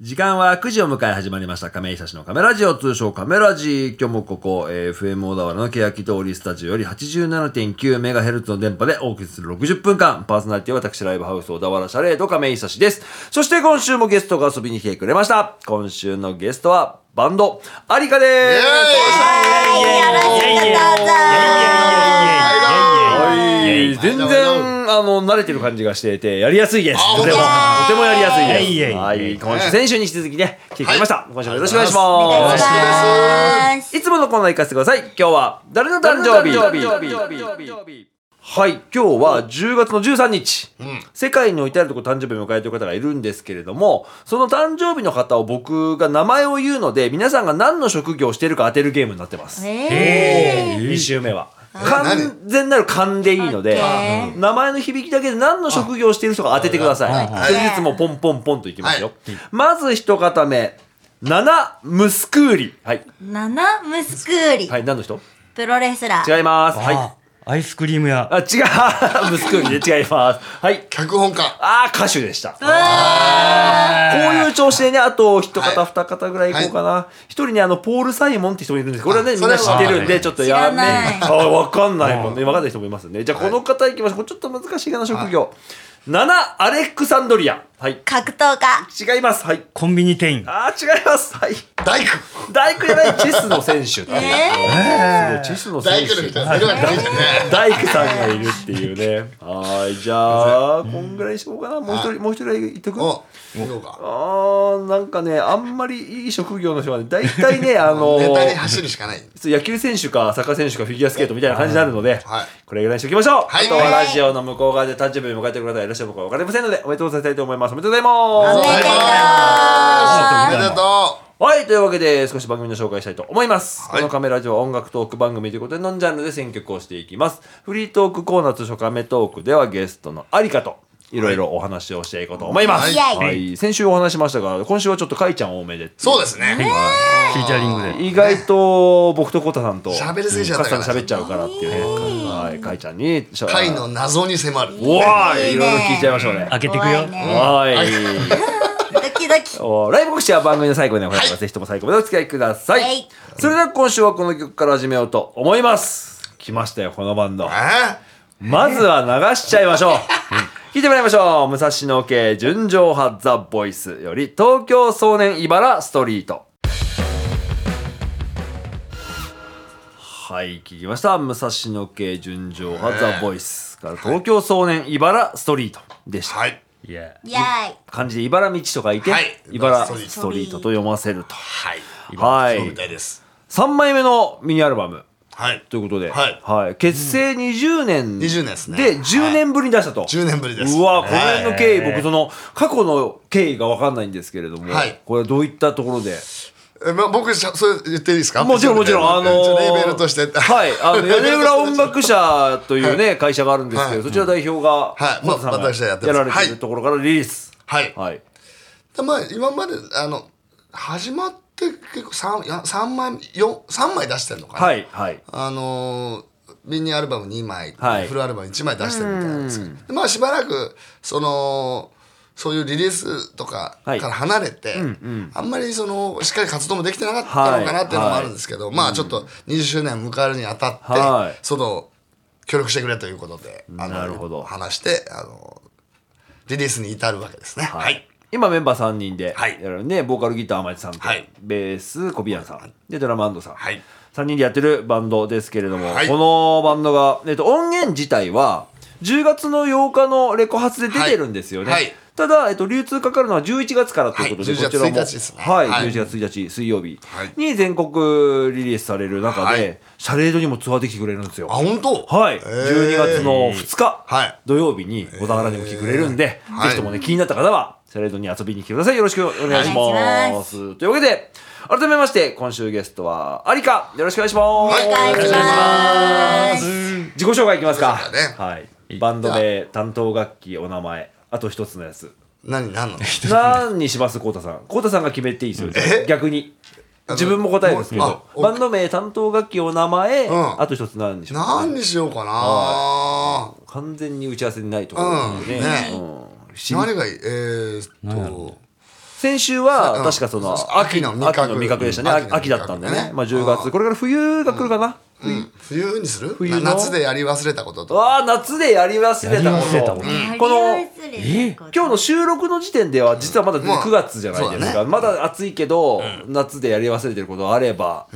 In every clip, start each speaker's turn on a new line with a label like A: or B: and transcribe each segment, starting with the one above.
A: 時間は9時を迎え始まりました。亀井久志のカメラジオ、通称カメラジ。今日もここ、えー FM 小田原の欅通りスタジオより 87.9MHz の電波でお送りする60分間。パーソナリティは私、ライブハウス小田原シャレード亀井久志です。そして今週もゲストが遊びに来てくれました。今週のゲストは、バンド、アリカです。はい、全然、あの、慣れてる感じがしていて、やりやすいです。
B: あ
A: とても、と
B: 本当だ
A: てもやりやすいです。
C: いえいえいえ
A: はい、今週、先週に引き続きね、来てくれました。今週もよろしくお願いし
B: お願
A: ま
B: い
A: す
B: し。ま
A: いつものコーナー行かせてください。今日は、誰の誕生日はい、今日は10月の13日。世界においてあるとこ誕生日を迎えている方がいるんですけれども、その誕生日の方を僕が名前を言うので、皆さんが何の職業をしているか当てるゲームになってます。2週目は。完全なる勘でいいので
B: オッ、
A: 名前の響きだけで何の職業をしている人か当ててください。
B: はい
A: 一人ずつもうポンポンポンといきますよ
B: はい。
A: まず一方目、ナナ・ムスクーリ。はい。
D: 七ムスクーリ
A: はい、何の人
D: プロレスラー
A: 違います。はい。
C: あアイスクリーム屋
A: あ、違う。ムス クーリで違います。はい。
B: 脚本家。
A: あー、歌手でした。こ
D: うわ
A: ういう調子でね、あと一方、
B: はい
A: 二方ぐらいいこうかな。一人ね、あの、ポール・サイモンって人もいるんです。これはね、
B: あ
A: みんな知ってるん
C: それ
A: で、
C: は
A: ちょっとや
D: 知ら
A: め。
D: ない
A: あ、わかんないもんね。わかんない人もいますね。じゃあ、この方いきましょう。これちょっと難しいかな、職業。7、アレクサンドリア。はい。
D: 格闘家
A: 違います。はい。
C: コンビニ店員
A: あー、違います。はい。
B: 大工。
A: 大工じゃないチェスの選手っていう。
C: え
A: チェスの選
B: 大
A: 手
B: 工。の人。いるわけないじゃんね。
A: 大工さんがいるっていうね。はい、じゃあ、こんぐらいしようかな。もう一
B: は
A: 人、もう一人言っとく
B: お、見ようか。
A: あー、なんかね、あんまりいい職業の人はね、大体 ね、あの
B: ネタに走るしかない。
A: 野球選手かサッカー選手かフィギュアスケートみたいな感じになるので、
B: はい
A: これぐらいにしておきましょう、
B: はい
A: あとはラジオの向こう側で誕生日を迎えてくる方がいらっしゃるのか分かりませんのでおめでとうございたいと思いますおめでとうございます
D: おめでとう
B: おめでと
A: はい、というわけで少し番組の紹介したいと思います。
B: はい
A: このカメラ上は音楽トーク番組ということで、ノンジャンルで選曲をしていきます。フリートークコーナーと初カメトークではゲストのありかと。いろいろお話をしていこうと思います。
D: はい
A: はい、先週お話ししましたが、今週はちょっとかいちゃん多めで。
B: う。そうですね。
C: フィーチャリングで
A: 意外と僕とコタさんと。
B: 喋りすぎちゃ
A: カ
B: っ
A: ツ
B: た
A: さ
B: か
A: ん
B: ら
A: 喋っちゃうからっていうね。はい、かいちゃんに。
B: 貝の。謎に迫る。
A: おわー
D: い
A: い
D: いね
A: ろいろ聞いちゃいましょうね。
C: 開けてく
D: 怖
C: よ
D: いね
A: はい。
D: ドキドキ
A: おライブ告知は番組の最後に行います。ぜひとも最後までお付き合いください。
D: はい
A: それでは今週はこの曲から始めようと思います。来ましたよ、このバンド。
B: あ
A: まずは流しちゃいま しょう。聞いてもらいましょう。武蔵野系純情派ザ・ボイスより東京少年茨ストリート。はい、聞きました。武蔵野系純情派ザ・ボイスから東京少年茨ストリートでした。
B: はい。
C: いや
D: イェイ
A: 漢字で茨道と書いて、
B: はい
A: 茨
B: ストリート
A: ストリートと読ませると。
B: はい。
A: はい
B: そうみたいです。
A: 3枚目のミニアルバム
B: はい。
A: ということで、
B: はい
A: 結成20年で
B: 20年ですね
A: 10年ぶりに出したと、
B: 10年ぶりです。
A: うわこの
B: は
A: 辺
B: い
A: の経緯、
C: はい
A: 僕その過去の経緯が分かんないんですけれども、
B: はい
A: これはどういったところで
B: えまあ僕それ言っていいですか？
A: もちろんもちろんあのー
B: レーベルとして。
A: はいあ の
B: レー
A: 屋根
B: ベル
A: 裏
B: とし
A: 音
B: て
A: 楽社というね、会社があるんですけど、
B: はい
A: そちら代表が、
B: はい
A: コタさん
B: ま
A: が
B: 私はやって
A: や
B: ます
A: られて
B: は
A: る
B: い
A: ところからリリース
B: はい。
A: はい
B: でまあ今まであの始まって結構三や三枚四三枚出してるのかな。
A: はいはい
B: あのーミニアルバム2枚、
A: はい
B: フルアルバム1枚出してるみたいなんですけどでまあしばらくそのそういうリリースとか
A: は
B: か
A: い
B: ら離れて、あんまりそのしっかり活動もできてなかったのかなっていうのもあるんですけど、まあちょっと20周年を迎えるにあたって、
A: はい
B: その協力してくれということであの
A: なるほど
B: 話してあのリリースに至るわけですね。はい、
A: 今メンバー3人で
B: はい
A: やるね、ボーカルギター天地さんと、
B: はい
A: ベースコビアンさんでドラム安藤さん、
B: はい
A: 3人でやってるバンドですけれども、
B: はい
A: このバンドが、えっと、音源自体は10月の8日のレコ発で出てるんですよね、
B: はいはい
A: ただ、えっと、流通かかるのは11月からということで、
B: はい
A: こちらも
B: 11月1日ですね
A: はい
B: はい
A: 11月1日水曜日
B: はい
A: に全国リリースされる中で、
B: はい
A: シャレードにもツアーできてくれるんですよ
B: あ本当
A: はい、
B: えー
A: 12月の2日、
B: はい
A: 土曜日に小田原にも来てくれるんで、
B: はい
A: ぜひともね、気になった方は、セレードに遊びに来てください。よろしくお願いし
D: お願いし
A: ま。
D: ます
A: というわけで、改めまして、今週ゲストは、アリカ、よろしくお願いします。
D: お願いします
A: 自己紹介いきますか。
B: そうだね
A: はい。バンド名、担当楽器、お名前、あと一つのやつ。
B: 何何の
A: 何にします、コウタさん。コウタさんが決めていいですよ。逆に。
B: の
A: 自分も答えですけど
B: もう、あ
A: バンド名、担当楽器、お名前、
B: うん
A: あと一つ何にします
B: 何にしようかな、
A: 完全に打ち合わせにないところなんでね。
B: うん
A: うんし
B: 何がいいえー、っと
A: 先週は、
B: うん
A: 確かその、
B: 秋の味覚
A: 秋の味覚でしたね。
B: うん
A: 秋秋だったんで
B: 秋の味
A: ね
B: 覚。ね
A: まあ10月。これから冬が来るかな。
B: うん冬にする
A: 冬の
B: な夏でやり忘れたこととか
A: わあ、夏でやり忘れた
C: やり忘れた
A: こ
C: ことと。
A: この
D: え
A: 今日の収録の時点では実はまだ
B: まあ
A: 9月じゃないです
B: そう
A: か、
B: だ
A: まだ暑いけど、夏でやり忘れてることあれば、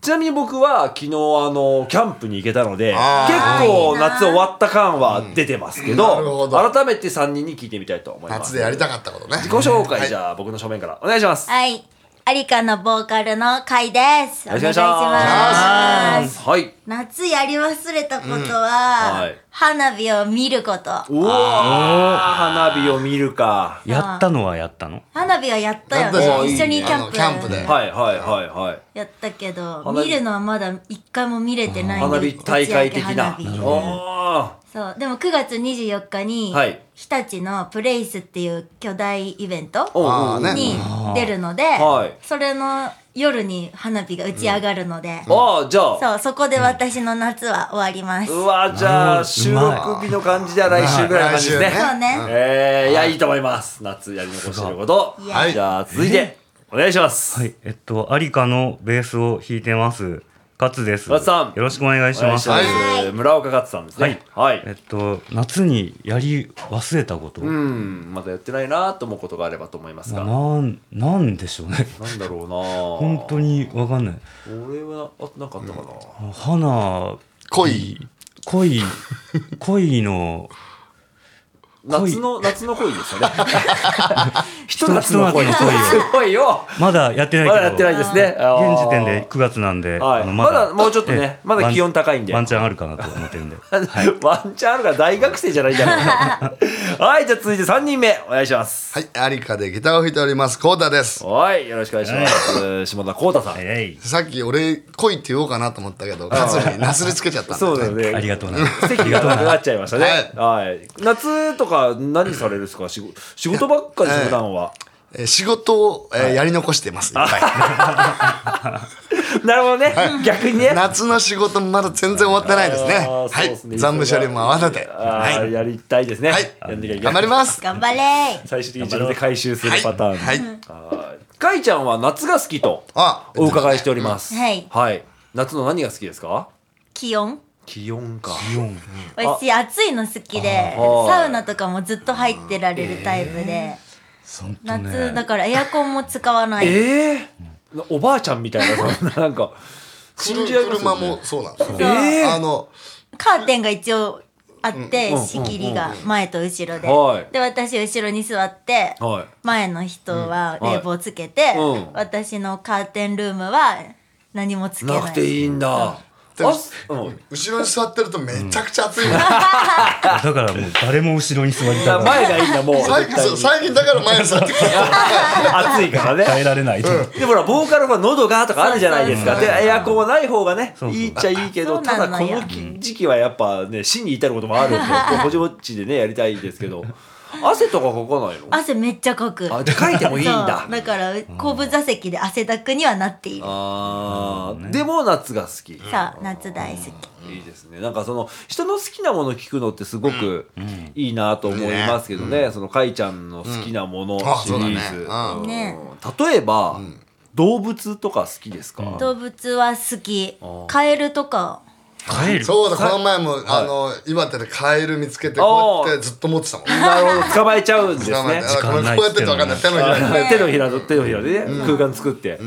A: ちなみに僕は昨日あのキャンプに行けたので結
B: あー
A: 構夏終わった感は出てますけ
B: うんなる
A: ど,、
B: ほど
A: 改めて3人に聞いてみたいと思います
B: 夏でやりたかったことね
A: 自己紹介、
B: はい
A: じゃあ僕の正面からお願いします、
D: はい。アリカのボーカルのカイです。
A: よろしくお願いします
D: お願いします
A: はい
D: 夏やり忘れたこと
A: うんは、
D: はい花火を見ること。
A: おお花火を見るか
C: やったのはやったの
D: 花火はやった
B: やったじゃ
D: よ
B: ん
D: ね。一緒にキ
B: あ
D: ャン
B: の
D: プ。
B: キャンプで
A: はいはいはいはい
D: やったけど、
A: 花火
D: 見るのはまだ一回も見れてないんで
A: 花火大会的
D: 打ち上げ
A: な
D: 花火
A: おー
D: そうでも9月24日に、
A: はい
D: 日立のプレイスっていう巨大イベント
A: おうおう
B: あーね
D: に出るので、
A: はい
D: それの夜に花火が打ち上がるので、
A: ああじゃあ
D: そうそこで私の夏は終わります、
A: うわじゃあ収録日の感じでは来週ぐらいの感じですね。
B: 来週
D: そうね
A: えー、いやいいと思います。夏やり残してること。
D: いはい
A: じゃあ続いてお願いします。
C: はい、えっと、アリカのベースを弾いてます。勝です。
A: 勝さん
C: よろしくお願い
A: お
C: し
A: 願
C: ま
A: いし
C: す。
A: ます。
D: はい
A: 村岡勝さんですね。はい。
C: えっと、夏にやり忘れたこと。
A: う
C: ま
A: んまだやってないなと思うことがあればと思います
C: あ
A: が。な
C: なん、なんでしょうね。
A: んだろうな。
C: 本当。にわかんない。
A: 俺はあなんかあったかな。
C: 花、
B: 恋
C: 恋、恋の、恋
A: 夏の夏の恋ですよね。一夏
C: 夏
A: の
C: の
A: 恋。
C: 恋
A: 夏の恋を。
C: まだやってないけ
A: ま
C: ど。
A: だやってないですね。
C: 現時点で9月なんで、
A: はい
C: あの
A: まだもうちょっとね
C: え
A: まだ気温高いんで
C: ワンワンチャンあるかなと思ってる んで。
A: ワンチャンあるから大学生じゃないんだから。はい、じゃあ続いて3人目、お願いします。
B: はいアリカでギターを弾いておりますコータです
A: はい、よろしくお願いします。下田幸太さん。
C: えい。
B: さっき俺恋って言おうかなと思ったけどカツになすりつけちゃったんだ
A: そ
B: よ
A: うだ
B: ね
A: よね。
C: ありが
A: と
C: とうな。あ
A: 席
C: り
A: が
C: がとう
A: なく
C: な。
A: なっちゃいましたね。はい。夏とか何されるんですか仕事仕事ばっかりです
B: え
A: よ
B: え
A: 普段は。
B: えー仕事を、えーやり残してます、いっ ぱい
A: なるほどね。逆にね。
B: 夏の仕事もまだ全然終わってないですね。
A: あー
B: は
A: そう
B: い
A: で。すね
B: 残務処理も合わせて。
A: あー
B: はい。
A: やりたいですね。
B: はい
A: やんなきゃいけない
B: 頑張ります。
D: 頑張れ
A: 最終的に自分で回収するパターン。
B: はい。
A: はい。かいちゃんは夏が好きと
B: あ
A: お伺いしております。
D: うんはい
A: はい。夏の何が好きですか
D: 気温
A: 気温か。
C: 気温。
D: 私暑いの好きで
A: ー
D: サウナとかもずっと入ってられるタイプで、
C: ほんとね
D: 夏だからエアコンも使わない、
A: ええおばあちゃんみたいな、そ んななんか、信じられます
B: 車
A: よ
B: もそうなんですよ。
A: えー
B: あの、
D: カーテンが一応あって、仕切りが前と後ろで、
A: はい
D: で私後ろに座って、
A: はい
D: 前の人は
A: うんはい
D: 冷房つけて、
A: うん
D: 私のカーテンルームは何もつけな
A: な
D: い
A: くていいんだ。あ、
B: うん
A: うん。
B: 後ろに座ってるとめちゃくちゃ暑い。
C: だからもう誰も後ろに座り
A: だ
C: た
A: から
C: くな
A: 前
C: い。
A: がいいんだ、もう。
B: 最
A: 絶
B: 近、
A: 対
B: そう
A: に
B: 最近だから前に座ってきた。
A: 暑いから
C: 耐え
A: ね。
C: られないと。
A: でもほら、ボーカルは喉がとかあるじゃないですか。
D: そう
A: で、
D: そう
A: エアコンはない方がね
C: そ、うそう
A: いいっちゃいいけど、
D: そうな
A: た
D: のよ
A: だこのき時期はやっぱね、死に至ることもあ るんで、ぼちぼちでね、やりたいですけど、汗とかかかないの
D: 汗めっちゃかく
A: あ、じゃあ書いてもいいんだ
D: そう。だから後部座席で汗だくにはなっている
A: あー、でも夏が好き。
D: さあ夏大好き
A: いいですね。なんかその人の好きなもの聞くのってすごくいいなと思いますけどね。そのかいちゃんの好きなもの
B: あ
A: シ
B: そうだ
A: リ
B: ね
A: ー
B: う
A: ズ。
D: んね
A: 例えば動物とか好きですか。
D: 動物は好きカエルとか
C: 帰る。
B: そうだ、この前も、あの、岩手でカエル見つけて、こうやってずっと持ってたもん。
A: なるほど捕まえちゃうんですね
B: 捕。まえてあ
C: 時
B: これ
C: 間ない
B: こうやってると分かんない。手のひらに。
A: 手のひらと手のひらでね空間作って。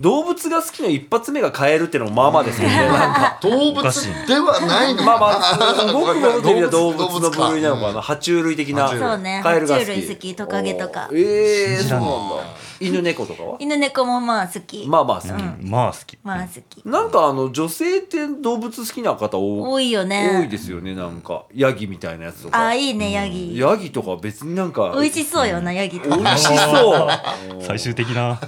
A: 動物が好きの一発目がカエルってのもまあまあですけどね。 なんか
B: 動物
C: おかしい
B: ではないの
A: まあ
B: か
A: ま あ、僕も見てみた動物の部類なの
B: か。
A: かな。爬虫類的な。
B: 爬虫類
D: そうね
A: カエルが好き。
D: 爬虫類好きトカゲとか
A: おーええー、
C: 信じ
A: そう
C: ら
A: なんん
C: ない
A: だ。犬猫とかは
D: 犬猫もまあ好き、
A: まあまあ好き。
C: まあ好き。
D: まあ好き
A: なんかあの、女性って動物好きな方多
D: 多いよね
A: 多いですよね、なんか。ヤギみたいなやつと
D: あ
A: か。
D: あいいねヤギ
A: ヤギとか別になんか。
D: 美味しそうよなヤギと
A: 美
D: か
A: 味しそう。
C: 最終的な。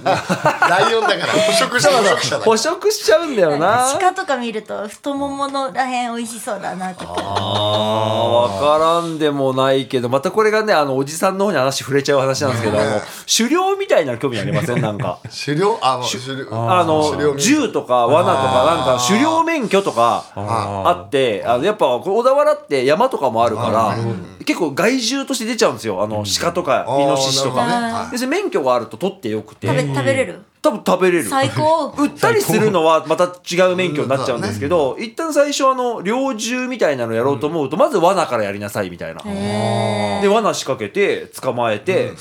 B: ライオンだから、捕食者だ、捕食者だ。
A: 捕食しちゃうんだよな。
D: 鹿とか見ると太もものらへん美味しそうだなとか
A: あーわからんでもないけど、またこれがね、あの、おじさんの方に話触れちゃう話なんですけど、あの、狩猟みたいなの興味ありませんなんか。
B: 狩猟あ、もう狩猟。
A: あ
B: 狩猟
A: の、
B: 民
A: 銃とか罠とかなんか狩猟免許とかあって、あの、やっぱこう小田原って山とかもあるから、結構害獣として出ちゃうんですよあの鹿とか
B: あー
A: イノシシとか、
B: なるほどね
D: はい
A: でそれ免許があると取ってよくて
D: 食べ食べれる
A: 多分食べれる
D: 最高
A: 売ったりするの はまた違う免許になっちゃうんですけど、一旦最初あの猟銃みたいなのやろうと思うと、まず罠からやりなさいみたいな、
D: へ
A: で罠仕掛けて捕まえて、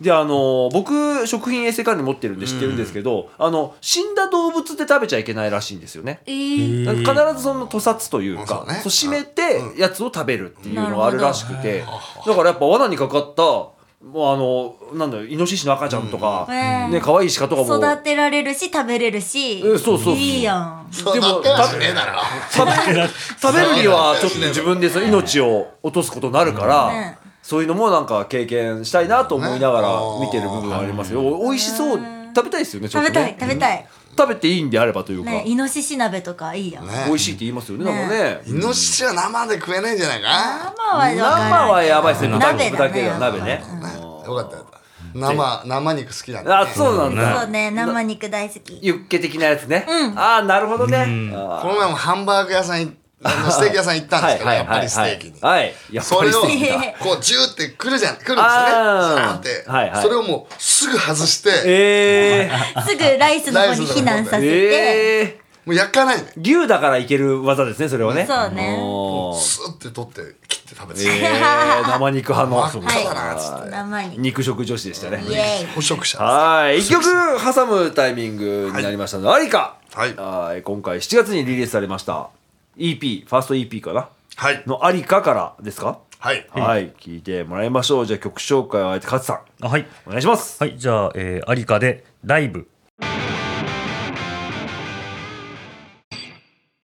A: であのー僕食品衛生管理持ってるんで知ってるんですけど、あの死んだ動物って食べちゃいけないらしいんですよね
D: えー
A: 必ずその屠殺という
B: そ
A: か
B: うね
A: そう締めてやつを食べるっていうのがあるらしくてだからやっぱ罠にかかったもうあのなんだよイノシシの赤ちゃんとか、
D: うんええ
A: ね可愛い鹿とかも
D: 育てられるし食べれるし
A: えそうそう
D: いいやん
B: でも
A: でも
B: 食べねえだろ
A: 食べる食べるにはちょっと自分でその命を落とすことになるから、
D: ね
A: そういうのもなんか経験したいなと思いながら見てる部分はありますよ、美味しそう食べたいですよねちょっ
D: 食
A: と
D: べたい
A: ね
D: 食べたい
A: 食べていいんであればというか、
D: ねイノシシ鍋とかいいやん
B: ね
A: 美味しいって言いますよね
D: ね
A: なんかね
B: イノシシは生で食えないんじゃないか
D: 生は分からん
A: 生はやばいですね豚
D: 鍋だね
A: 豚だけでは鍋ね、
B: よかったよかった生生肉好きなんだ、
A: あ
B: ね、
A: そうなんだ、
D: そうね生肉大好き
A: ユッケ的なやつね、ああなるほどね、あ
B: この前もハンバーグ屋さんいあのステーキ屋さん行ったんですけど、
A: はいはい
B: やっぱ
A: はい
B: りス
A: は
B: テ
A: い
B: ーキに、
A: はいやっ
B: そ
A: ぱ
B: れ
A: りス
B: を
A: テーキだ
B: こうジューってくるじゃん来るんですよね
A: あー
B: さーって、
A: はいはい
B: それをもうすぐ外して
A: え
D: すぐライスの方に避難さ
A: ー、
D: せて
A: えー
B: もう焼かないで
A: 牛だからいける技ですねそれはね
D: そうね
A: お ー
B: スーって取って切って食べて、
A: えー生肉派の
B: 真っ赤だなっつって、
D: 生肉
A: 肉食女子でしたね
D: イエ
B: 捕食者です
A: はい一曲挟むタイミングになりましたので、ありか
B: はい
A: はい今回7月にリリースされました EP ファースト EP かな
B: はい
A: のありかからですか
B: はい
A: はい聞いてもらいましょうじゃあ曲紹介をあえて勝さん
C: あはい。
A: お願いします
C: はい、じゃあ、えー、アリカでライブ。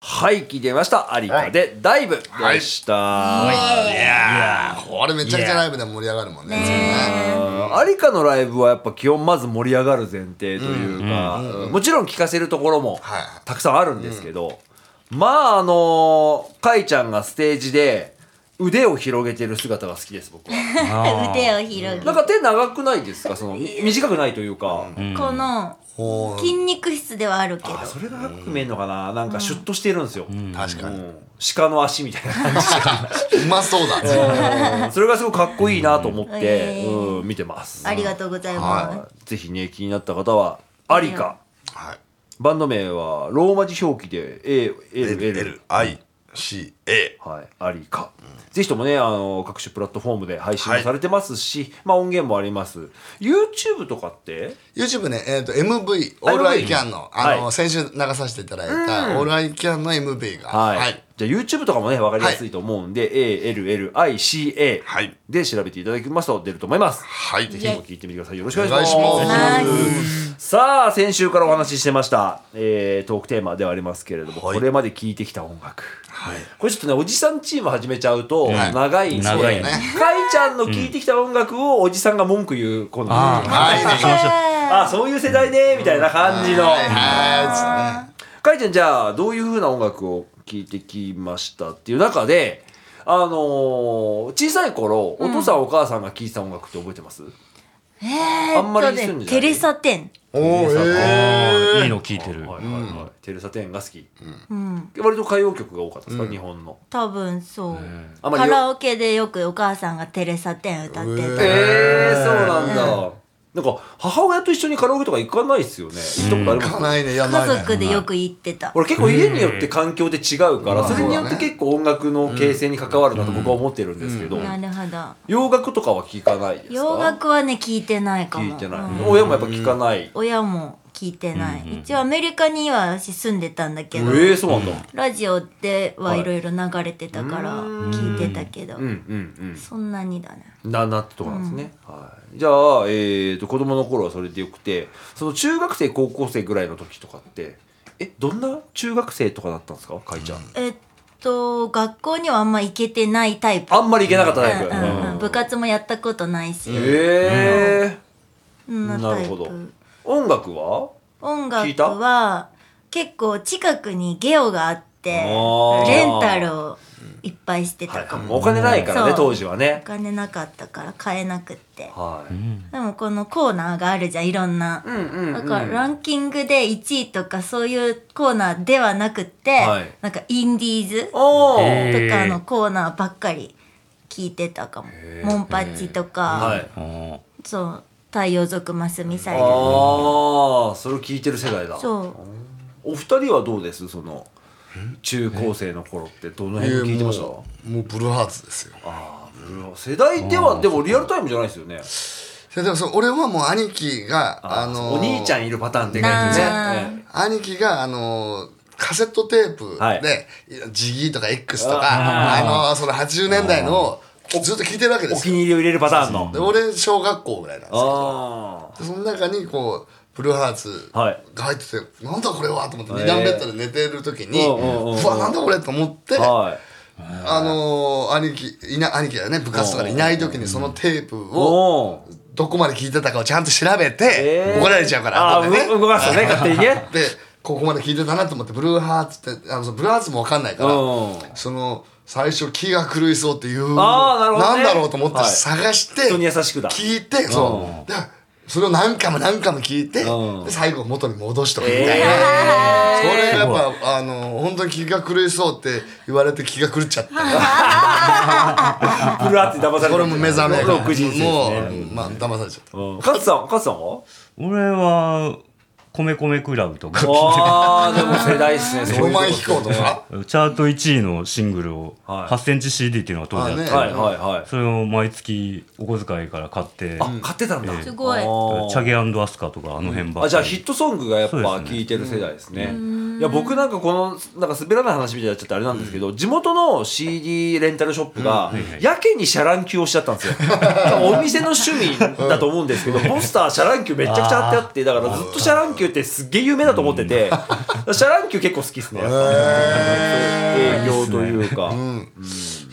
A: はい聞いてみましたありかでダイブでした、
B: いやーこれめちゃくちゃライブでも盛り上がるもんね
A: ありかのライブはやっぱ基本まず盛り上がる前提というか、うんもちろん聴かせるところも
B: はい
A: たくさんあるんですけど、まああのー、かいちゃんがステージで腕を広げてる姿が好きです僕は
D: ーイ 腕を広げ
A: なんか手長くないですかそのみ短くないというか、
D: この
B: ほ
D: 筋肉質ではあるけど
A: あそれが長く見えるのかななんかシュッとしてるんですよ、
B: う確か
A: う
B: に
A: ん鹿の足みたいな感じ
B: うまそうだね
A: うん それがすごくかっこいいなと思って、
D: う
A: うん見てます
D: ありがとうございま
A: ぜひね気になった方はありか、
B: はい
A: バンド名はローマ字表記で ALL
B: LLICA
A: はい、ありか、ぜひともねあの各種プラットフォームで配信もされてますし、まあ音源もあります YouTube とかって
B: YouTube ね、えー、と MV「オールアイキャンの」あの、
A: はい
B: 先週流させていただいた「オールアイキャン」の MV が
A: はい、
B: はい
A: じゃあ YouTube とかもね分かりやすいと思うんで、ALLICA
B: はい
A: で調べていただきますと出ると思います、
B: はい
A: ぜひとも聞いてみてくださいよろしくお願いし
B: お
A: ます
B: 願いし
D: ます
A: さあ先週からお話ししてました、えートークテーマではありますけれども、
B: はい
A: これまで聴いてきた音楽、これちょっとねおじさんチーム始めちゃうと長いんで、
C: 長いね
A: かいちゃんの聴いてきた音楽をおじさんが文句言うコーナーあ
C: あ
B: はい
D: すは
A: あそういう世代ねみたいな感じの、
B: はいは
A: かいちゃんじゃあどういう風な音楽を聴いてきましたっていう中であのー小さい頃お父さんお母さんが聴いてた音楽って覚えてます、
D: いえ
A: あんまり
D: ーっ
A: す
D: と
A: ん
D: ね
A: じゃない
D: テレサテン
B: いおお
C: あーいい
B: え
C: の聞いてる。
A: はいはいはい、テレサテンが好き、
D: うん
A: 割と歌謡曲が多かったですか、日本の
D: 多分そう
A: あまり
D: カ
A: よ
D: ラオケでよくお母さんがテレサテン歌って
B: う
D: て
B: え
A: えー、そうなんだ、なんか母親と一緒にカラオケとか行かないっすよね行ったことありま
B: ー
A: す、
B: かないねいやない
D: 家
B: ね
D: 族でよく行ってた
A: 俺結構家によって環境で違うから、
B: うん
A: それによって
B: まあ
A: 結構音楽の形成に関わるなと僕は思ってるんですけど、
D: なるほど
A: 洋楽とかは聞かないですか
D: 洋楽はね聞いてないかも
A: 聞いてない、
D: うん
A: 親もやっぱ聞かない、
D: 親も聞いてない、一応アメリカには私住んでたんだけど、
A: ええー、そうなんだ、
D: ラジオではいろいろ流れてたから聞いてたけど、
A: うん、うん
D: そんなにだね
A: うんななってとこなんですね、はい、じゃあ、えー、と子供の頃はそれでよくてその中学生高校生ぐらいの時とかってえどんな中学生とかだったんですかかいちゃん、
D: えっと学校にはあんま行けてないタイプ
A: あんまり行けなかったタイプ、
D: うんうんうん部活もやったことないし、
A: え
D: そんな
A: な
D: タ
A: る
D: イ
A: ほど
D: プ
A: え音楽は
D: 音
A: 聞い
D: 楽
A: た
D: は結構近くにゲオがあって
A: あー
D: レンタルをいっぱいしてたかも、
A: お金ないからね
D: そう
A: 当時はね
D: お金なかったから買えなくって
A: はい、
D: でもこのコーナーがあるじゃんいろんな、
A: うんうんうん
D: だからランキングで1位とかそういうコーナーではなくって、
A: はい
D: なんかインディーズと
A: おー
C: えー
D: かのコーナーばっかり聞いてたかもモンパッチとか、
A: はい。
C: あ
D: そう太陽族マスミサイ
A: あ
D: ル
A: あ、それを聞いてる世代だ。
D: そう
A: お二人はどうですその、中高生の頃ってどの辺を聞いてました
B: もうもうブルーハーツですよ
A: あーブルー世代では、でもリアルタイムじゃないですよね。
B: それでもそう俺はもう兄貴があ
A: あ
B: の
A: お兄ちゃんいるパターンって感じです
D: なあ
A: ね。
B: 兄貴があのカセットテープで、
A: はい
B: ジギーとか X とかあのその80年代のをずっと聞いてるわけ
A: ええ
B: で
A: お
B: す
A: 気
B: よ
A: に入りを入れるパターンの
B: で。俺小学校ぐらいなんです
A: あ
B: よでその中にこうブルーハーツ
A: はい
B: が入ってて、なんだこれはと思って
A: えー
B: 二段ベッドで寝てる時に、
A: うんうんうんうん
B: うわなんだこれと思って、
A: あ。はい。
B: あのー兄貴いな兄貴だよね部活とかでいない時にそのテープを
A: おおー。
B: どこまで聞いてたかをちゃんと調べて、
A: えー
B: 怒られちゃうから
A: あ
B: 後
A: ー
B: でね
A: う動かすよね、勝手にね。
B: でここまで聞いてたなと思ってブルーハーツってあのそのブルーハーツも分かんないから、
A: うん
B: その最初気が狂いそうっていう
A: あーなるほどね
B: んだろうと思って
A: はい
B: 探して、
A: 人に優しくだ
B: 聞いてそうでそれを何回も何回も聞いて、
A: うん
B: で最後元に戻しとくみたいな、
A: え
B: それがやっぱあの本当に気が狂いそうって言われて気が狂っちゃって
A: ー、ブルーって騙され
B: これも目覚めが
A: 6時です
B: も
A: ね。
B: う、まあ騙されちゃった
A: うん勝さん、勝さんは
C: 俺は、米米クラブとか、チ
A: あー、でも世代っすね、
B: ロマン飛行とか
C: ャート1位のシングルを、
A: はい
C: 8センチ CD っていうのが当時あって、
B: あね
A: はいはいはい。
C: それを毎月お小遣いから買って、
A: あ、買ってたんだ。
D: すごい
A: あー
C: チャゲアスカとかあの辺ばっかり
A: あじゃあヒットソングがやっぱ
C: そうですね
A: 聴いてる世代ですね。いや僕なんかこのなんか滑らない話みたいになっちゃってあれなんですけど、地元の CD レンタルショップがやけにシャラン級をしちゃったん ですよ。お店の趣味だと思うんですけど、ポスターシャラン級めちゃくちゃ貼ってあってだからずっとシャラン級ってすっげえ有名だと思ってて、シャラン級結構好きですね。やっぱ営業というか。
B: い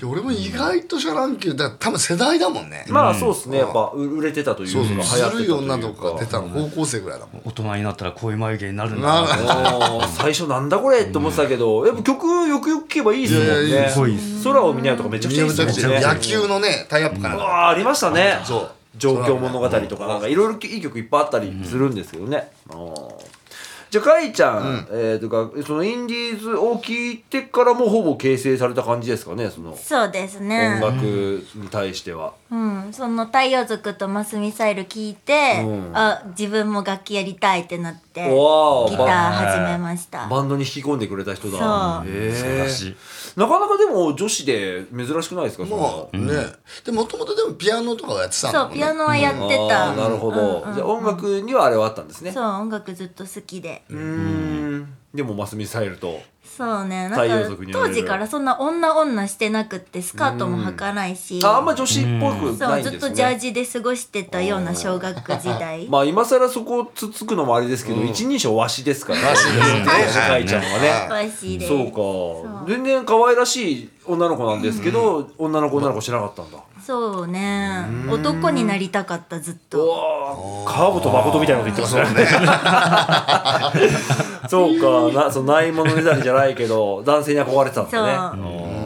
B: や俺も意外とシャランキューだから多分世代だもんね、
A: まあそうですね、やっぱ売売れてたというか、
B: そう
A: 流行
B: そう
A: ってたと
B: ず
A: い
B: るいう
A: か。
B: 女とか出たの高校生ぐらいだもん
C: 大人になったらこういう眉毛になるん
B: な
C: だ
A: あー最初なんだこれって思ってたけど、やっぱ曲よくよく聴けばいいですもん
B: いやいや
A: ね
B: す
C: ごいっす。
A: 空を見ないとかめちゃくちゃいいですもん
C: めちゃくちゃ
A: ね
B: 野。球のねタイアップか
A: う
B: なんか
A: わーありましたね。
B: そう
A: 状況物語とかなんかいろいろいい曲いっぱいあったりするんですけどね。あーじゃあ、かいちゃん、えーとか、そのインディーズを聴いてからもうほぼ形成された感じですかね、その
D: そうですね
A: 音楽に対しては。
D: うん、その太陽族とマスミサイル聞いて、
A: うん
D: あ自分も楽器やりたいってなって
A: わー
D: ギター始めました
A: バンドに引き込んでくれた人だ。
D: そう
A: へー
C: 素晴らしい。
A: なかなかでも女子で珍しくないですかそんな
B: まあねでもともとでもピアノとかはやってたんだ
D: そ
B: も
D: うん
B: ね
D: ピアノはやってた、
A: あーなるほど、
D: うんうん
A: じゃあ音楽にはあれはあったんですね
D: そう音楽ずっと好きで、
A: うーんでもマスミサイルと
D: そうねな
A: 太陽
D: ん
A: 族
D: か
A: には
D: 当時からそんな女女してなくってスカートも履かないし、
A: ああんま女子っぽく
D: そ
A: な
D: う
A: いんですね
D: ずっとジャージで過ごしてたような小学時代、
A: まあ今更そこをつつくのもあれですけど、一人称わしですからわしです
B: ね
A: 世いちゃんはね、
B: は
D: 詳しいです
A: そうか
D: う
A: 全然可愛らしい女の子なんですけど、女の子女の子知らなかったんだ、
D: そうね男になりたかったずっ
A: う
D: と
A: わカーブと誠みたいなこと言ってますね。そうか、な、そのないものねだりじゃないけど、男性に憧れてたんだね。
D: そう
A: うん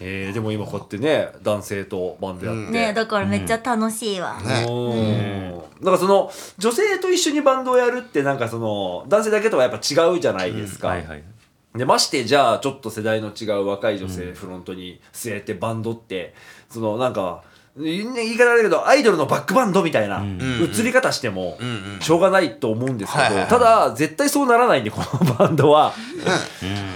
A: えー、でも今こうやってね、男性とバンドやって。
D: ねだからめっちゃ楽しいわ、
A: うんだからその女性と一緒にバンドをやるってなんかその男性だけとはやっぱ違うじゃないですか、
C: はいはい。
A: でましてじゃあちょっと世代の違う若い女性フロントに据えてバンドって、そのなんか言い言い方あれだけどアイドルのバックバンドみたいな映り方してもしょうがないと思うんですけど、
B: はいはいはい
A: ただ絶対そうならないんでこのバンドは、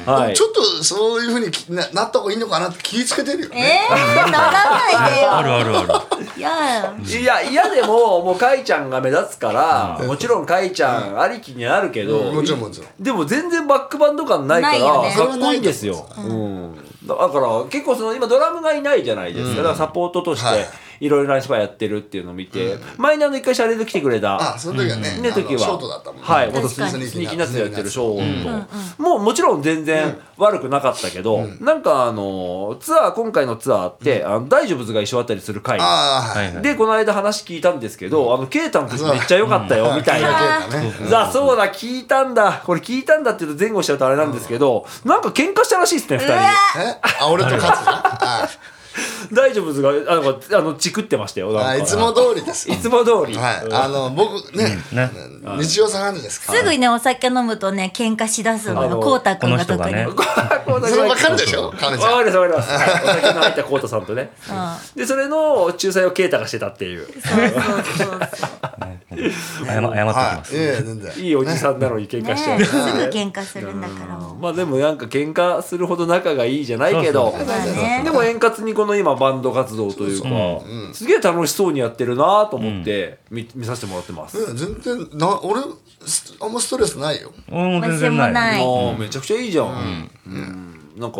B: で
A: は
B: も
A: い
B: ちょっとそういうふうにきななった方がいいのかなって気ぃつけてるよ
D: え
B: ね。
D: ー、ならないでよ
C: あるあるある。
D: いや
A: いや嫌でももうかいちゃんが目立つから、もちろんかいちゃんありきになるけど、
B: もちろんもちろん。
A: でも全然バックバンド感ないから
D: ないよね
A: かっこいいんですよ。うんだだから結構その今ドラムがいないじゃないですか。だからサポートとし
B: はい
A: ていろいろな人がやってるっていうのを見て、前にあの一回シャレで来てくれた
B: あ、。その時はね、
A: ね、
B: あの
A: 時は。
B: ショートだったもんね。
A: はい、
B: 確
A: 元
D: 元
A: ス
D: ス
A: ニーキ
B: ーキ
D: ニ
A: ー
B: ー
A: ナッ
B: ナッ
A: ツ
B: ツ
A: や
B: や
A: っ
B: ってて
A: る
B: る
A: シ
B: シ
A: ョ
B: ョ
A: ート。もうもちろん全然悪くなかったけど、なんかあの、ツアー、今回のツアーって、あの大丈夫ズが一緒あったりする回。
B: ああ、
C: はいはい。
A: で、この間話聞いたんですけど、あの、ケイタンくんめっちゃ良かったよ、みたいな。
B: あーね
A: さあそうだ聞いたんだこれ聞いたんだって言うと前後しちゃうとあれなんですけど、なんか喧嘩したらしいですね二
D: うわ
A: 人
B: えあ、俺と勝つあ
A: 大丈夫ですかあなんかあのチクってましたよなんか
B: あいつも通りです
A: いつも通り、
B: はいあの僕ね
C: ね
B: 日曜三時ですか
D: すぐねお酒飲むとね喧嘩しだすの
A: あの
D: よこうたくんが特
C: この
D: に
C: 人がね
B: らそれわかるでしょ彼女
A: わかりますわかりますはいお酒の入ったコータさんとね
D: う
A: でそれの仲裁を啓太がしてたっていう
D: そうそうそうそう
B: はいい
C: 謝謝ってきます。
B: やいや全然
A: いいおじさんなのに 喧嘩しちゃう、
D: ねえすぐ喧嘩するんだからもう
A: まあでもなんか喧嘩するほど仲がいいじゃないけど
C: そ
D: そ
C: う
D: うそうまあね
A: でも円滑にこの今バンド活動というかすげえ楽しそうにやってるなと思って見見させてもらってます、
B: うん全然な俺すあんまストレスないよ
C: 俺も全
D: 私
C: 然
D: も
C: ない。
D: ない
A: ああめちゃくちゃいいじゃん、うんなんか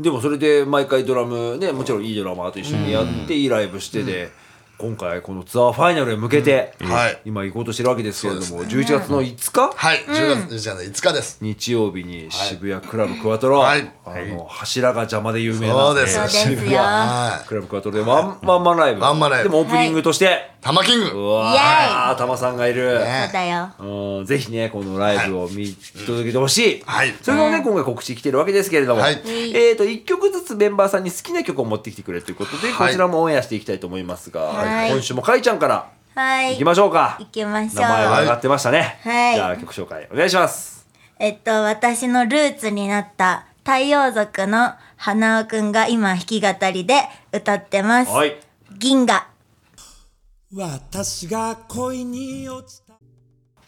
A: でもそれで毎回ドラムねもちろんいいドラマーと一緒にやって、いいライブしてで、今回このツアーファイナルへ向けて、
B: うんはい
A: 今行こうとしてるわけですけれど
B: そ
A: も、11月の5日、
B: はい10月じゃない5日です
A: 日曜日に渋谷クラブクワトロ、
B: はい
A: あの柱が邪魔で有名な
B: そうです
D: そうですよ
B: は
A: クラブクワトロでワンワンマンライブ。
B: ワンマンライ
A: で
B: ブ
A: もオープニングとして、
B: い玉キン
A: う
B: グ
A: わー、玉さんがいる。
B: ね
D: そうだよ
A: うん、ぜひね、このライブを見届けてほしい。
B: はい
A: それもね、今回告知来てるわけですけれども、
B: はい
A: えっと、1曲ずつメンバーさんに好きな曲を持ってきてくれということで、
B: はい
A: こちらもオンエアしていきたいと思いますが、
D: はい
A: 今週もかいちゃんから
D: はい
A: 行きましょうか。
D: 行きましょう
A: 名前は上がってましたね。
D: はい
A: じゃあ曲紹介お願いします。
D: えっと、私のルーツになった太陽族の花尾くんが今弾き語りで歌ってます。
A: はい。
D: 銀河。
E: 私が恋に落ちた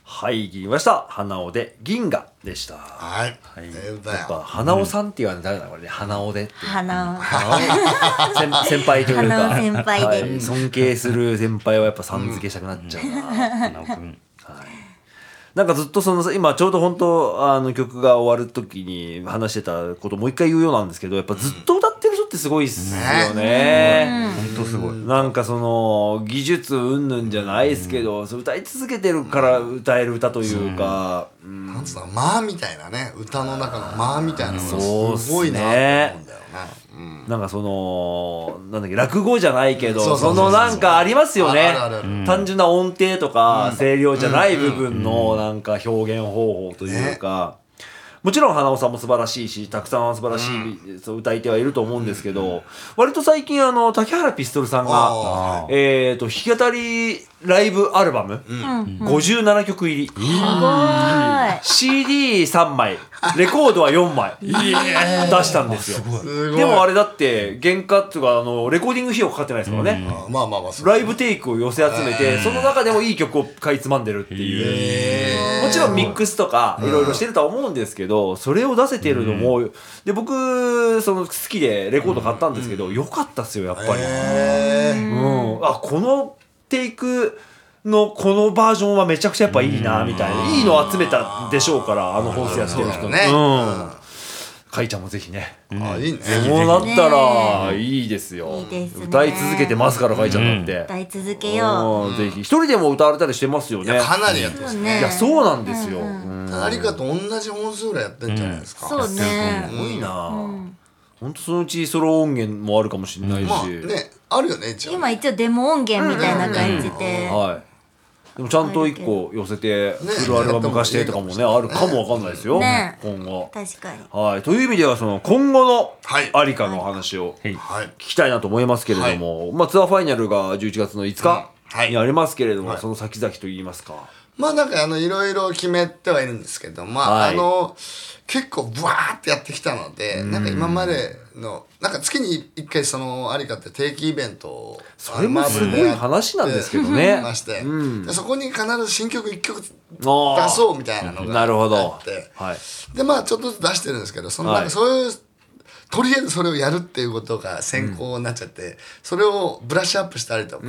A: はい、銀ました。花尾で銀河でした。
B: はいだよだ
A: やっぱ
B: よ
A: 花尾さんって言われたら誰だこれね花尾でって
D: 花尾。
A: 先 先輩というか
D: 花尾先輩で
A: はい尊敬する先輩はやっぱさん付けしたくなっちゃうな、
C: 花尾君
A: なんかずっとその今ちょうど本当あの曲が終わる時に話してたこともう一回言うようなんですけどやっぱずっと歌ってる人ってすごいっすよね、
C: 本当すごい。
A: なんかその技術うんぬんじゃないですけど、そう歌い続けてるから歌える歌というか、うん
B: なんつうの間みたいなね歌の中の間みたいなの
A: そう
B: が
A: っすね
B: すごいなと思うんだよねうん
A: なんかそのなんだっけ落語じゃないけど
B: そう
A: そ
B: そ
A: う
B: そうそ
A: の
B: う
A: なんかありますよね
B: あるあるある
A: うん単純な音程とか声量じゃない部分のなんか表現方法というか、もちろん花尾さんも素晴らしいしたくさん素晴らしいそう歌い手はいると思うんですけど、割と最近あの竹原ピストルさんが
B: あ、
A: えー、と弾き語りライブアルバム、57曲入り、
D: すごー
A: CD3 枚レコードは4枚出したんですよ。
B: すごい
A: でもあれだって原価っていうかあのレコーディング費用かかってないですからね、
B: あまあまあまあそう
A: ライブテイクを寄せ集めて、その中でもいい曲を買いつまんでるっていう、
B: え
A: もちろんミックスとかいろいろしてるとは思うんですけど、それを出せてるのも、で僕その好きでレコード買ったんですけど、良かったっすよやっぱり、
B: え
A: うん、あこのテイクのこのバージョンはめちゃくちゃやっぱいいなみたいな、いいの集めたでしょうからあの放送やってる人
B: そうだ
A: う
B: よね
A: ん、かいちゃんもぜひね
B: あいいね
A: そうなったらいいですよ。
D: いいですね
A: 歌い続けてますから、かいちゃんだって。
D: い。歌い続けよ
A: うんぜひ一人でも歌われたりしてますよ
B: い
A: ね。
B: やかなりやって
D: う。
B: ま
D: そ
B: す
D: う
B: ね
D: ね。
A: いやそうなんですよ。
D: う
A: うんん
B: 何かと同じ本数ぐらいやってんじゃないですか
D: そうね
A: す。ごいな。本当そのうちソロ音源もあるかもしれないし。
B: まあねあるよね一応
D: 今一応デモ音源みたいな感じで。
A: はい。でもちゃんと一個寄せて
B: ね
A: フルアルバム化してとかもね
B: や
A: あるかもわかんないですよ。
D: ね
A: 今後。
D: 確かに。
A: はい。という意味ではその今後の
B: はい
A: ありかの話を
C: はい。
B: はい
A: 聞きたいなと思いますけれども、まあ、ツアーファイナルが11月の5日
B: はい
A: にありますけれども、
B: はい
A: その先々といいますか、
B: まあなんかあのいろいろ決めてはいるんですけどまあ、
A: はい
B: あの結構ブワーってやってきたのでなんか今までのなんか月に一回そのありかって定期イベントを
A: それもすごい話なんですけどね
B: あのマーブルでやってまして、でそこに必ず新曲一曲出
A: あー
B: そうみたいなのが
A: なるほ
B: あ
A: ど
B: って、
A: はい
B: でまあちょっとずつ出してるんですけどそのな
A: は
B: ん
A: い
B: かそういう、とりあえずそれをやるっていうことが先行になっちゃって、それをブラッシュアップしたりとか、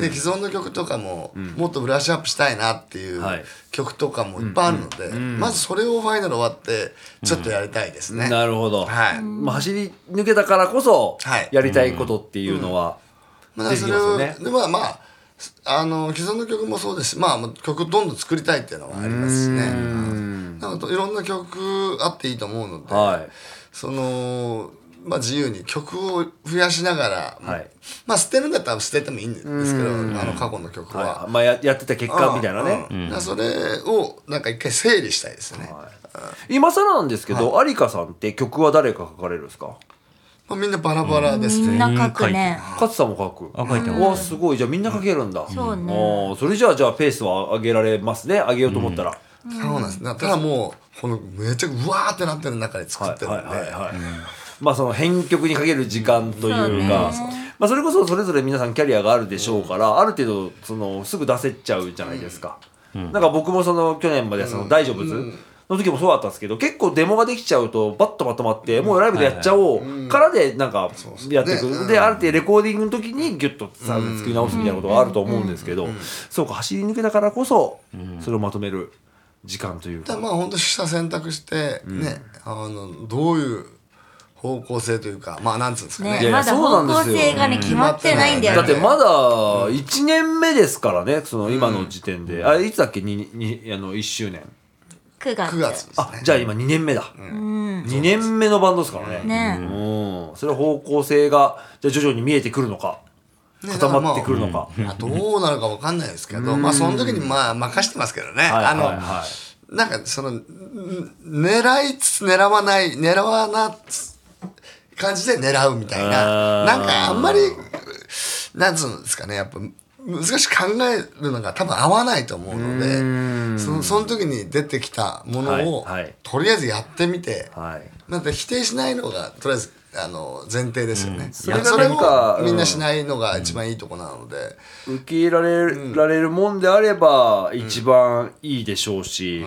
B: で既存の曲とかももっとブラッシュアップしたいなっていう
A: はい
B: 曲とかもいっぱいあるので、まずそれをファイナル終わってちょっとやりたいですね。
A: なるほど、
B: はい
A: まあ、走り抜けたからこそ
B: はい
A: やりたいことっていうのは、
B: ま
A: 出
B: あ、
A: て
B: そ
A: き
B: れ
A: ますよ
B: を
A: ね
B: でまあまああの既存の曲もそうですし、まあ、もう曲どんどん作りたいっていうのはありますしねうんなんかいろんな曲あっていいと思うので、
A: はい
B: その、まあ、自由に曲を増やしながら、
A: はい
B: まあ捨てるんだったら捨ててもいいんですけどあの過去の曲は。
A: はいまあ、ややってた結果みたいなね、
B: うんだからそれをなんか一回整理したいですね、
A: 今更なんですけど、有香さんって曲は誰か書かれるんですか
B: まあ、みんなバラバラです
D: みん
B: ね。
D: な書くね
A: 勝さんも書く
C: あ書いてます
A: うわすごいじゃあみんな書けるんだ
D: そうね
A: おーそれじゃあじゃあペースは上げられますね上げようと思ったら、
B: そうなんです。だからもう、このめちゃくうわーってなってる中で作ってるんで、
A: はいはいはいはいまあその編曲にかける時間というか、
D: そう
A: まあ、それこそそれぞれ皆さんキャリアがあるでしょうから、ある程度そのすぐ出せちゃうじゃないですか、なんか僕もその去年までその大丈夫の時もそうだったんですけど結構デモができちゃうとバッとまとまってもうライブでやっちゃおうからでなんかやってい
B: そうそう
A: く
B: ね
A: である程度レコーディングの時にギュッとさ作り直すみたいなことがあると思うんですけどそうか走り抜けたからこそそれをまとめる時間という
B: だ
A: か
B: からまあ本当取捨選択してね、あのどういう方向性というかまあなんつうんですかね
A: いや
D: ねまだ
A: そうなんで
D: 方
A: すよ
D: 向性がね決まってないんだ
A: だ
D: よ
A: って
D: ね
A: まだ1年目ですからねその今の時点で、あいつだっけににあの1周年
D: 9
B: 9月
D: 月
B: です
A: あ
B: ね
A: じゃあ今2年目だ、2年目のバンドですからね
D: ね
A: うんそれ方向性がじゃあ徐々に見えてくるのか
B: ね
A: 固まってくるのか、
B: まあどうなるかわかんないですけど、まあその時にまあ任してますけどね、
A: はいはい
B: あの
A: は
B: なんかそのん狙いつつ狙わない狙わなつ感じで狙うみたい
A: あ
B: な
A: ー
B: なんかあんまりなんつうんですかねやっぱ難しく考えるのが多分合わないと思うのでそのその時に出てきたものを、
A: はいはい
B: とりあえずやってみて、
A: いはい
B: なんて否定しないのがとりあえずあの前提ですよね、それ
A: いやそれが
B: をみんなしないのが一番いいとこなので、
A: 受け入れられ,、られるもんであれば一番いいでしょうし、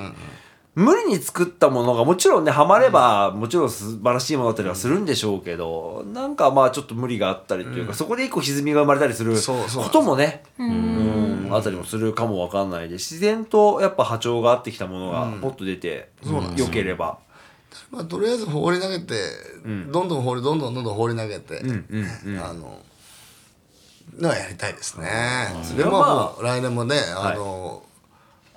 A: 無理に作ったものがもちろんねハマれば、もちろん素晴らしいものだったりはするんでしょうけど、なんかまあちょっと無理があったりというか、そこで一個歪みが生まれたりする
B: そうそう
A: こともねうんあったりもするかもわかんないで自然とやっぱ波長が合ってきたものがポッと出て、良ければ。
B: まあ、とりあえず放り投げて、どんどん放りどんどんどんどん放り投げて、あののはやりたいですね。
A: れ
B: で
A: は
B: も、
A: まあ
B: もう来年もねあの、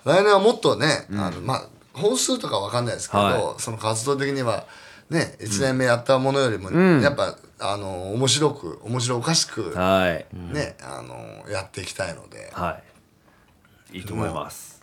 B: 来年はもっとね、あのまあ本数とかわかんないですけど、
A: は
B: その活動的にはね1年目やったものよりも、やっぱあの面白く面白おかしく、
A: はい、
B: ねあのやっていきたいので。
A: はい、いいと思います。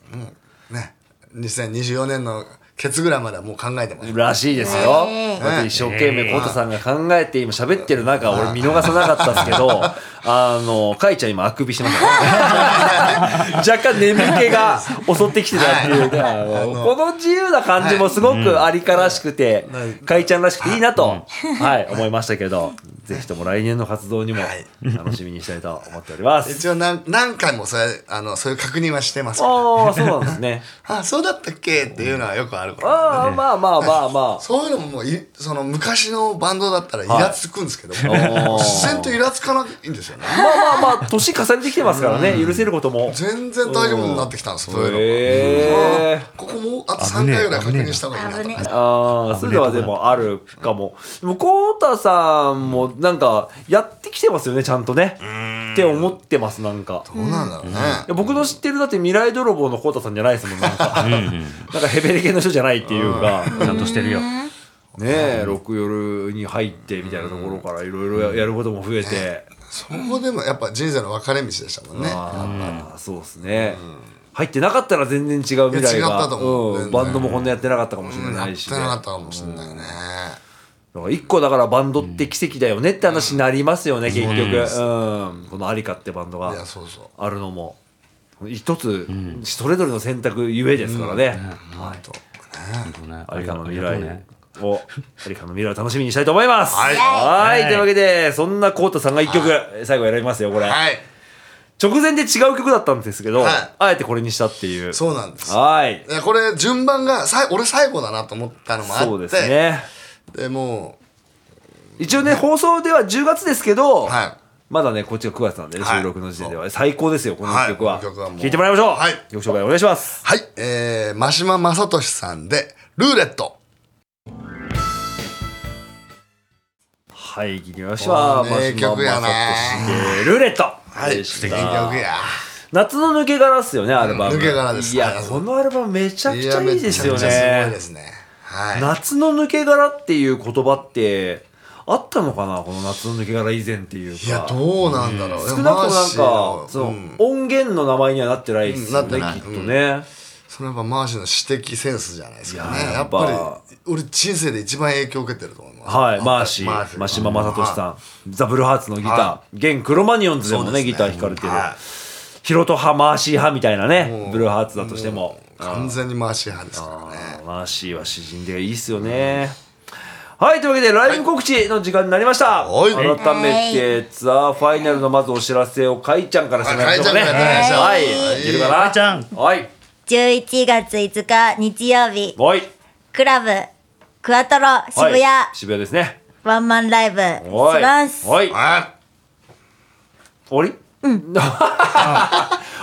B: ね、2024年のケツぐらいまではもう考えてます。
A: らしいですよ。
D: ねえ
A: だって一生懸命コトさんが考えて今喋ってる中、俺見逃さなかったですけ ど、あの、かいちゃん今あくびしてましたね。 若干眠気が襲ってきてたっていうか、あのこの自由な感じもすごくありからしくて、かいちゃんらしくていいなと、はい、思いましたけど、ぜひとも来年の活動にも
B: はい
A: 楽しみにしたいと思っております。
B: 一応何何回もそれあのそういう確認はしてますから
A: ああ、そうなんです ね。
B: あそうだったっけっていうのはよくあるから
A: ああ、まあまあまあまあ。
B: そういうのももういその昔のバンドだったらイラつくんですけど、
A: おー
B: 自然とイラつかないんですよね
A: まあまあまあ、年重ねてきてますからね、許せることも。
B: 全然大丈夫になってきたんですそういうの
A: へ
B: がここもあと3回ぐらい確認した方がいいなと
D: 危ね
A: ーああ、そういうのはでもあるかも。でも、コータさんもなんか、やってきてますよね、ちゃんとね。って思ってます、なんか。
B: どうなんだろうね、
A: いや僕の知ってるだって未来泥棒のコータさんじゃないですも ん、なんか。なんかヘベレ系の人じゃないっていうか。
C: ちゃんとしてるよ。
A: ねえ、6夜に入ってみたいなところからいろいろやることも増えて。
B: そこでもやっぱ人生の分かれ道でしたもんね
A: ああ、そうですね。入ってなかったら全然違う未来
B: いや違
A: が。
B: ったと
A: う
B: 思う
A: ん
B: 全然
A: バンドもこんなやってなかったかもしれ
B: やっ
A: な
B: て
A: いしね。
B: なかったかもしれないね、
A: だから一個だからバンドって奇跡だよねって話になりますよね、結局、うん、この「アリカ」ってバンドが
B: いやそうそう
A: あるのも一つ、それぞれの選択ゆえですからね、はい、アリカの未
C: あ
A: 来
C: りがとうね
A: を、アリカの未来を楽しみにしたいと思います
B: はい
A: はい
C: はい
A: というわけでそんなコウタさんが一曲、最後選びますよこれ、
B: はい
A: 直前で違う曲だったんですけど、
B: はい
A: あえてこれにしたっていう
B: そうなんです
A: はい
B: いやこれ順番がさい俺最後だなと思ったのもあって
A: そうですね
B: でも
A: 一応ね放送では10月ですけ
B: う
A: ど、
B: はい
A: まだね、こっちが9月なんでね、
B: はい
A: 収録の時点では、最高ですよ、この一曲は。
B: はいこの曲はもう
A: 聞いてもらいましょう。
B: はい
A: 曲紹介お願いします。
B: はいえー、真島正俊さんで「ルーレット
A: はい、聞きましょう。
B: もう名曲やな
A: でルーレット。」
B: はい
A: で
B: 素
A: し
B: 敵
A: た
B: な曲や
A: 夏の抜け殻っすよね、アルバム。
B: 抜け殻です
A: いや
B: はい、
A: このアルバムめちゃくちゃいいですよ
B: いやめちゃくちゃすごい
A: ね
B: で。すねはい
A: 夏の抜け殻っていう言葉って、あったのかなこの夏の抜け殻以前っていうか。
B: いやどうなんだろう、
A: 少なくともなんか、そ
B: そう
A: の
B: ん、
A: 音源の名前にはなってないですよ
B: うん
A: ね、
B: なってない
A: きっとね。
B: それはやっぱマーシーの指摘センスじゃないですかね
A: いや
B: や
A: やっ
B: っ
A: ぱ
B: ぱり俺人生で一番影響を受けてると思います
A: はい、マーシ
B: マ
A: ー、真島
B: マ
A: 正俊さん、ザ・ブルーハーツのギタ
B: は
A: ー、現クロマニオンズでも
B: そうで
A: ね、
B: すね
A: ギター弾かれてる
B: は、
A: ヒロト派、マーシー派みたいなね、ブルーハーツだとしても。
B: 完全にマーシー派ですからね
A: マーシーは詩人でいいっすよね。はい、というわけで、ライブ告知の時間になりました。
B: はい
A: 改めて、ツアーファイナルのまずお知らせを、かいちゃんからしてみましょうかね。
B: はいかいちゃんからやってみましょう
A: はい、いけるかな
C: かいちゃん
A: はい。
D: 11月5日日曜日、
A: はい。
D: クラブ、クワトロ、渋谷、
A: はい渋谷ですね。
D: ワンマンライブ、
A: はい
D: します。
A: はい。
B: あ
A: あれうん。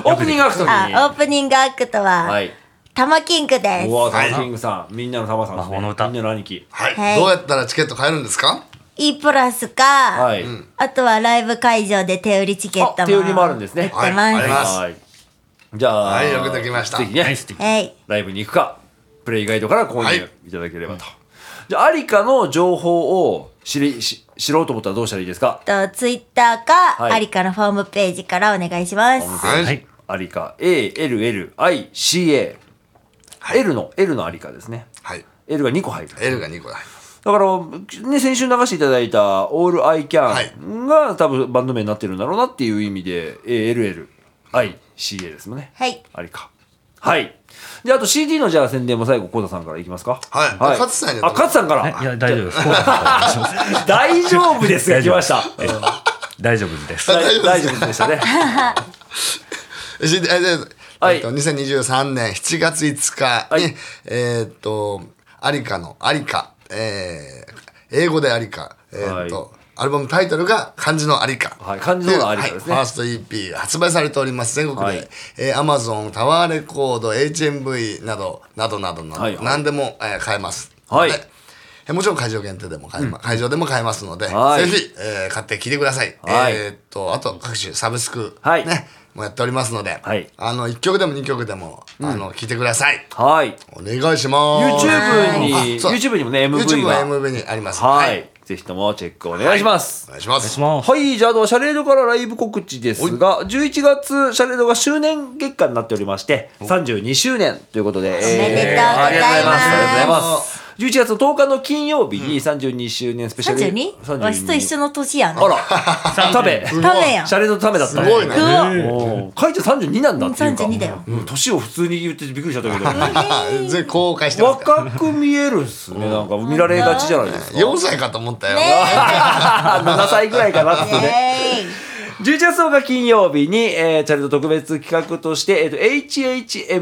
A: オープニングアクトに。
D: あ、オープニングアクト
A: は
D: は、
A: い。
D: タマキングです
A: う。わタ
B: はい
A: マキングさん、みんなのタマさんですね。
C: 魔法の歌
A: みんなの兄貴。
B: はい、
D: はい
B: どうやったらチケット買えるんですか
D: E プラスか、
A: はい。
D: あとはライブ会場で手売りチケッ
A: あ
D: トも。
A: 手売りもあるんですね
D: 売ってます。
B: は
D: はいい。
B: あります
A: はい。じゃあ、
B: はいよくできました
A: ぜひね、
C: はい素敵
A: ライブに行くか、プレイガイドから購
B: は
A: 入
B: い
A: いただければと。じゃあ、アリカの情報を知り、し知ろうと思ったらどうしたらいいですか
D: と、ツイッターか、
A: はい
D: アリカのホームページからお願いします。
B: はい、
C: はい
A: アリカ、ALLICA。L の、L のアリカですね。
B: はい、
A: L が2個入る。
B: L が2個だは
A: だから、ね、先週流していただいた「All I
B: は
A: Can」が、多分バンド名になってるんだろうなっていう意味で ALLICA ですもんね
D: はい。
A: ありかはいであと CD のじゃあ宣伝も最後コウタさんからいきますか
B: はい勝さんに
A: あ勝さんから、
C: いや、大丈夫です。こうだと思いま す
A: 大丈夫ですが来ま した
C: え大丈夫です。
A: 大大丈夫でしたね
B: いしえで
A: はい
B: えっと2023年7月5日に、
A: はい
B: えーっとアリカのアリカ、えー英語でアリカ、えーっと
A: はい
B: アルバムタイトルが漢字のアリカ。
A: はい漢字のアリカ
B: という
A: ですね
B: はいファースト EP 発売されております。全国で、
A: はい
B: えー Amazon、タワーレコード、HMV など、などなどなど、
A: はいはい
B: 何でも、えー買えます。
A: はい
B: でえーもちろん会場限定でも買え、ま会場でも買えますので、
A: はい
B: ぜひ、えー買って聴いてください。
A: はい
B: えーっと、あと各種サブスク、
A: はい
B: ね、もやっておりますので、
A: はい
B: あの1曲でも2曲でも、あの聞いてください
A: はい
B: お願いします
A: はい YouTube に
B: あそう
A: YouTube にもね MV が
B: YouTube は MV にあります
A: はい、ぜひともチェッ クお願いします、
B: お願いしま
C: お願いし
B: す
C: ます。
A: はい、じゃああと、シャレードからライブ告知ですが、11月、シャレードが周年月間になっておりまして、32周年ということで、おめ
D: めでとうございます
A: ありがとうございます。ありがとうございます。11月10日の金曜日に32周年スペシャル。
D: 32? わしと一緒
A: の。
D: の年やん。
A: あら、食べ。
D: ダメやん。
A: シャレードのためだったね。
B: すごいね
D: うわ
A: おー。カイちゃん32なんだっていうか。
D: 32だよ
A: うん。年を普通に言ってびっくりしちゃったけど。
B: 全然公開してますから
A: 若く見えるんすね。なんか見られがちじゃない ですか。
B: 4歳かと思ったよ、
A: 7歳ぐらいかなっつってね。
D: えい
A: 11月10日金曜日に、えー、チャリト特別企画として、えー、と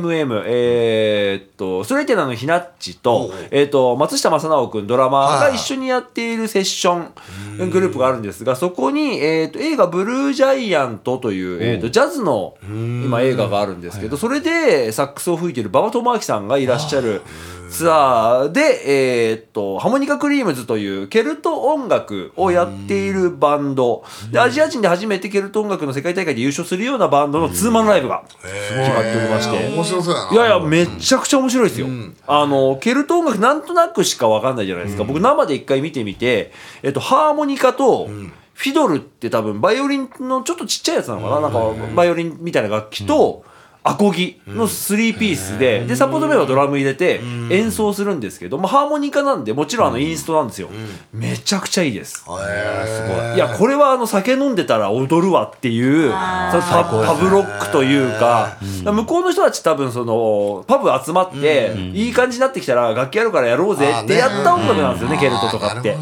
A: HHMM、えー、とストレイテナーのひなっち
B: お
A: と
B: う,、
A: えー、と松下正直君ドラマー
B: は
A: が
B: い
A: 一緒にやっているセッショングループがあるんですがそこに、えー、と映画「ブルージャイアント」という、えー、とジャズの今映画があるんですけどそれでサックスを吹いている馬場智明さんがいらっしゃる。ツアーで、えーっと、ハモニカクリームズというケルト音楽をやっているバンド。で、アジア人で初めてケルト音楽の世界大会で優勝するようなバンドのツーマンライブが決まっておりまし
B: 面
A: て。
B: 白そうやない
A: やいや、めちゃくちゃ面白いですよ。あの、ケルト音楽なんとなくしかわかんないじゃないですか。僕生で一回見てみて、えっと、ハーモニカと、フィドルって多分バイオリンのちょっとちっちゃいやつなのかななんかバイオリンみたいな楽器と、アコギの3ピースで、で、サポートメンバーはドラム入れて演奏するんですけど、まあハーモニカなんで、もちろんあのインストなんですよ。めちゃくちゃいいです。いや、これはあの酒飲んでたら踊るわっていう、そのパパブロックというか、だから向こうの人たち多分その、パブ集まって、いい感じになってきたら楽器やるからやろうぜ
B: あー
A: って
B: ね
A: やった音楽なんですよね、ケルトとかって。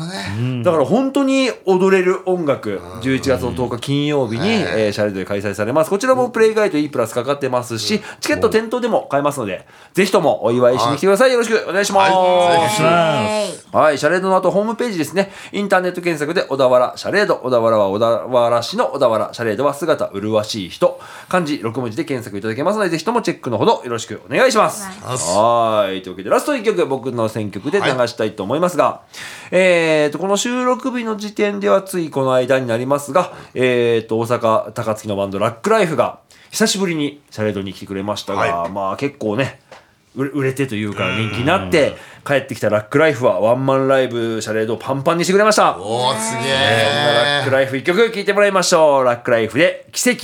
A: だから本当に踊れる音楽、11月の10日金曜日に、えーシャレードで開催されます。こちらもプレイガイド E プラスかかってますし、チケット店頭でも買えますので、ぜひともお祝いしに来てください。よろしくお願いします。
B: はい
C: お願
D: えい
A: はい、シャレードの後ホームページですね。インターネット検索で小田原、シャレード、小田原は小田原市の小田原、シャレードは姿麗しい人、漢字6文字で検索いただけますので、ぜひともチェックのほどよろしくお願いします。はい、というわけでラスト1曲、僕の選曲で流したいと思いますが、えーと、この収録日の時点ではついこの間になりますが、えーと、大阪高槻のバンドラックライフが久しぶりにシャレードに来てくれましたが、
B: はい
A: まあ結構ね、売れ売れてというか人気になって帰ってきたラックライフはワンマンライブシャレードをパンパンにしてくれましたそん
B: おーすげ
A: なラック
B: え
A: ライフ一曲聴いてもらいましょうラックライフで「奇跡」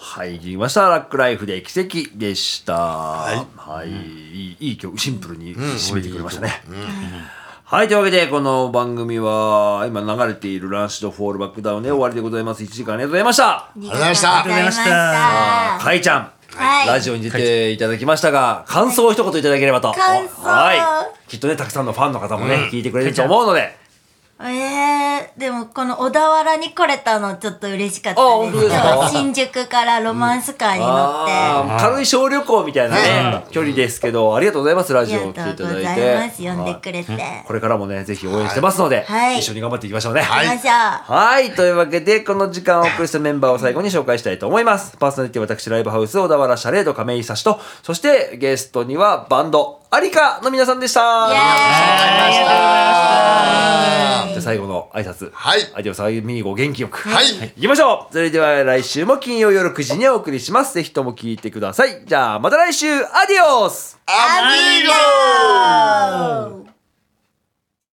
A: はい、聞きました。ラックライフで奇跡でした。はいい。いい、いい曲、シンプルに締めてくれましたね。はい。というわけで、この番組は、今流れているランシュとフォールバックダウンで終わりでございます。1時間ありがとうございました。
D: り
B: がとうございました
D: ありがとうございまし
A: あ
D: た
A: ー。かいちゃん、
D: はい
A: ラジオに出ていただきましたが、感想を一言いただければと。
D: 感想
A: はい。きっとね、たくさんのファンの方もね、聞いてくれると思うので。
D: えー、でもこの小田原に来れたのちょっと嬉しかった
A: あ本当ですか
D: 今日新宿からロマンスカーに乗って、
A: あー軽い小旅行みたいなね、距離ですけど、ありがとうございます、ラ
D: あ
A: ジ
D: り
A: オ来て
D: が
A: い
D: と
A: た
D: うご
A: だいて。
D: ざいます呼ん
A: は
D: で
A: い
D: くれて、
A: これからもね、ぜひ応援してますので、
D: はい
A: 一緒に頑張っていきましょうね。
B: はい
D: 行きましょう、
A: はい。というわけで、この時間をお送りしたメンバーを最後に紹介したいと思います。パーソナリティは私、ライブハウス、小田原シャレード、亀井久志と、そしてゲストにはバンド、アリカの皆さんでした。
D: イエーイ
A: じゃあ最後の挨拶。
B: はい
A: 相手を騒ぎ見にご元気よく。
B: はい
A: 行きましょうそれでは来週も金曜夜9時にお送りします。ぜひとも聞いてください。じゃあ、また来週アディオス
B: アミーゴー
D: Amigo!